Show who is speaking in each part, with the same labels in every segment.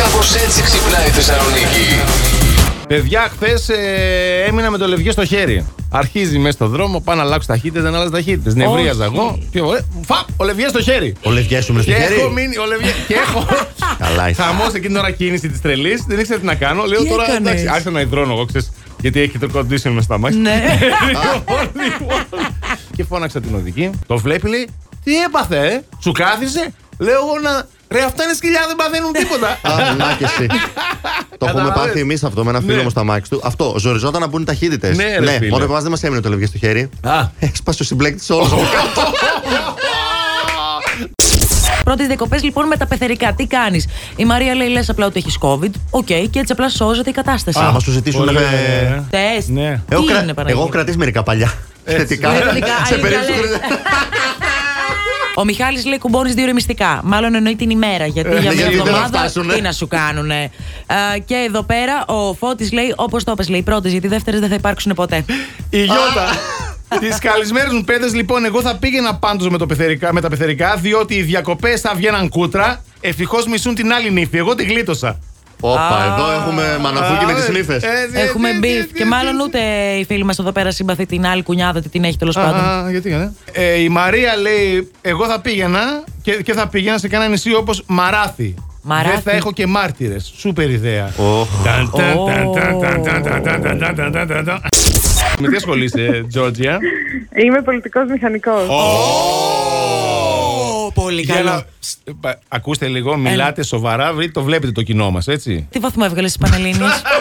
Speaker 1: Κάπως έτσι ξυπνάει η Θεσσαλονίκη.
Speaker 2: Παιδιά, χθες έμεινα με το λευγέ στο χέρι. Αρχίζει μέσα στο δρόμο, πάω να αλλάξω ταχύτητε, δεν αλλάζω ταχύτητε. Νευρίαζα
Speaker 3: Όχι.
Speaker 2: εγώ. Και ωραία, φαπ, ο λευγέ στο χέρι.
Speaker 4: Ο Λευγιάς σου μείνει
Speaker 2: Και
Speaker 4: στο
Speaker 2: έχω
Speaker 4: χέρι.
Speaker 2: μείνει, ο Λευγέ. Και έχω.
Speaker 4: Καλά είσαι.
Speaker 2: Χαμός εκείνη την ώρα κίνηση της τρελής. Δεν ήξερα τι να κάνω. Λέω
Speaker 3: Τι
Speaker 2: τώρα.
Speaker 3: έκανες?
Speaker 2: Εντάξει, άρχισα να υδρώνω εγώ, ξέρεις, Γιατί έχει το condition με στα μάτια.
Speaker 3: Ναι.
Speaker 2: Και φώναξα την οδική. Το βλέπει, λέει, Τι έπαθε, ε? σου κάθισε. Λέω εγώ να. Ρε, αυτά είναι σκυλιά, δεν παθαίνουν τίποτα.
Speaker 4: Α, να και εσύ. Το έχουμε
Speaker 2: Καταλαβαίνεις.
Speaker 4: πάθει εμείς αυτό με ένα φίλο
Speaker 2: Ναι.
Speaker 4: μου στα μάξι του. Αυτό, ζοριζόταν να μπουν ταχύτητες.
Speaker 2: Ναι, ρε φίλε.
Speaker 4: μόνο που εμά δεν μας έμεινε το λευγές στο χέρι.
Speaker 2: Α.
Speaker 4: Έσπασε ο συμπλέκτη όλο.
Speaker 3: Πρώτες διακοπές λοιπόν με τα πεθερικά. Τι κάνεις. Η Μαρία λέει: Λες απλά ότι έχεις COVID. Οκ, και έτσι απλά σώζεται η κατάσταση.
Speaker 4: Α, μας σου ζητήσουν.
Speaker 2: Πολύ
Speaker 4: ε,
Speaker 2: ωραία, ε.
Speaker 3: Τεστ.
Speaker 2: Ναι.
Speaker 3: Τι
Speaker 4: Έχω, κρα-
Speaker 3: είναι Παναγία.
Speaker 4: Εγώ έχω κρατήσει μερικά παλιά. Θετικά.
Speaker 3: Ε, τελικά,
Speaker 4: Σε
Speaker 3: ε,
Speaker 4: περίπτωση
Speaker 3: καλέ.
Speaker 4: που-
Speaker 3: Ο Μιχάλης λέει κουμπώνεις δύο ρεμιστικά. Μάλλον εννοεί την ημέρα. Γιατί για
Speaker 4: Ε, γιατί
Speaker 3: μια
Speaker 4: δεν θα
Speaker 3: εβδομάδα
Speaker 4: φτάσουνε.
Speaker 3: τι να σου κάνουνε. Ε, και εδώ πέρα ο Φώτης λέει όπως το πες λέει πρώτες, γιατί δεύτερες δεν θα υπάρξουν ποτέ.
Speaker 2: Η Γιώτα. Τις καλησπέρε μου, παιδε. Λοιπόν, εγώ θα πήγαινα πάντως με, το πεθερικά- με τα πεθερικά, διότι οι διακοπές θα βγαίναν κούτρα. Ευτυχώς μισούν την άλλη νύχη. Εγώ τη γλίτωσα.
Speaker 4: Όπα,
Speaker 3: Α.
Speaker 4: εδώ έχουμε μαναφούκι με
Speaker 2: Α,
Speaker 4: τι
Speaker 2: ε,
Speaker 4: νύφες.
Speaker 2: ε, ε,
Speaker 3: Έχουμε
Speaker 2: ε, ε,
Speaker 3: μπιφ.
Speaker 2: ε,
Speaker 3: Και μάλλον
Speaker 2: ε,
Speaker 3: ούτε η φίλη μας εδώ πέρα συμπαθεί την άλλη κουνιάδα, τι την έχει τέλος πάντων.
Speaker 2: Α, γιατί, ε? ε, η Μαρία λέει: Εγώ θα πήγαινα και, και θα πήγαινα σε κανένα νησί όπως Μαράθι.
Speaker 3: Μαράθι.
Speaker 2: Δεν θα έχω και μάρτυρες. Σούπερ ιδέα.
Speaker 4: Οχ.
Speaker 2: Με τι ασχολείσαι, Τζόρτζια.
Speaker 5: Είμαι πολιτικός μηχανικός.
Speaker 3: Ω, Πολύ
Speaker 2: Για
Speaker 3: καλό.
Speaker 2: να- Ψ, ε, πα- Ακούστε λίγο, μιλάτε σοβαρά, βρείτε- το βλέπετε το κοινό μας, έτσι.
Speaker 3: Τι βαθμό έβγαλε τη Πανελίνη.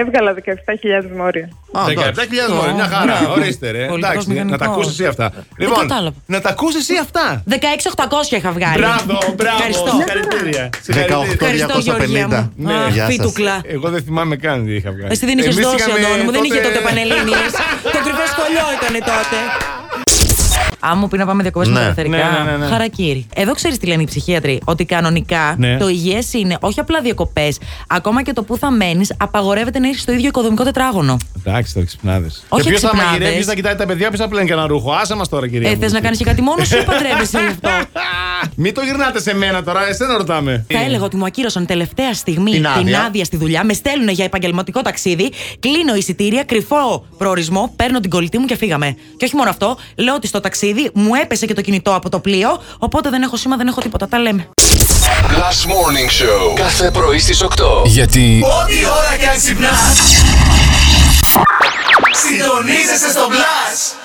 Speaker 5: Έβγαλα 17.000 μόρια.
Speaker 4: Α, εντάξει.
Speaker 2: 17.000 μόλι, μια
Speaker 4: Ναι.
Speaker 2: χαρά. Ορίστε, ρε. Εντάξει,
Speaker 3: Πολιτικός
Speaker 2: να τα
Speaker 3: μηχανικός. Ε,
Speaker 2: ακούσεις εσύ αυτά. Λοιπόν,
Speaker 3: Δεν κατάλαβα.
Speaker 2: να τα ακούσεις εσύ αυτά.
Speaker 3: 16.800 είχα βγάλει.
Speaker 2: Μπράβο, μπράβο.
Speaker 3: Ευχαριστώ.
Speaker 2: Συγχαρητήρια. Συγχαρητήρια.
Speaker 3: Ευχαριστώ, Γεωργία μου.
Speaker 4: 18.250.
Speaker 3: Α,
Speaker 4: Ναι, γεια σας.
Speaker 3: φίτουκλα.
Speaker 2: Εγώ δεν θυμάμαι καν τι είχα βγάλει.
Speaker 3: Εσύ δεν είχες
Speaker 2: Ε, Εμείς
Speaker 3: δώσει,
Speaker 2: είχαμε
Speaker 3: Αντώνη μου. Δεν είχε τότε πανελλήνιες. Το κρυφό σχολείο ήταν τότε. Αν μου πει να πάμε διακοπές με
Speaker 4: Ναι.
Speaker 3: τα πεθερικά.
Speaker 2: Ναι, ναι, ναι, ναι.
Speaker 3: Χαρακτήρι. Εδώ ξέρεις τι λένε οι ψυχίατροι. Ότι κανονικά
Speaker 2: Ναι.
Speaker 3: το υγιές είναι όχι απλά διακοπές. Ακόμα και το που θα μένεις, απαγορεύεται να είσαι στο ίδιο οικοδομικό τετράγωνο. Ε,
Speaker 2: Εντάξει, τώρα ξυπνάδες.
Speaker 3: Όχι
Speaker 2: Και ποιος θα
Speaker 3: ξυπνάδες.
Speaker 2: μαγειρεύει, ποιος θα κοιτάει τα παιδιά, ποιος θα πλένει κανένα ρούχο. Άσε μας τώρα, κυρία.
Speaker 3: Ε,
Speaker 2: μου.
Speaker 3: θε να κάνεις και κάτι μόνος σου ή παντρεύεσαι γι' αυτό.
Speaker 2: Μην το γυρνάτε σε μένα τώρα, εσένα ρωτάμε.
Speaker 3: Θα έλεγα ότι μου ακύρωσαν τελευταία στιγμή
Speaker 4: Την
Speaker 3: την,
Speaker 4: άδεια.
Speaker 3: άδεια. στη δουλειά, με στέλνουν για επαγγελματικό ταξίδι, κλείνω εισιτήρια, κρυφό προορισμό, παίρνω την κολλητή μου και φύγαμε. Και όχι μόνο αυτό, λέω ότι στο ταξίδι μου έπεσε και το κινητό από το πλοίο, οπότε δεν έχω σήμα, δεν έχω τίποτα. Τα λέμε.
Speaker 1: Last Morning Show. Κάθε πρωί στις 8.
Speaker 2: Γιατί.
Speaker 6: Ό,τι ώρα κι αν ξυπνάς Συντονίζεσαι στο Blast.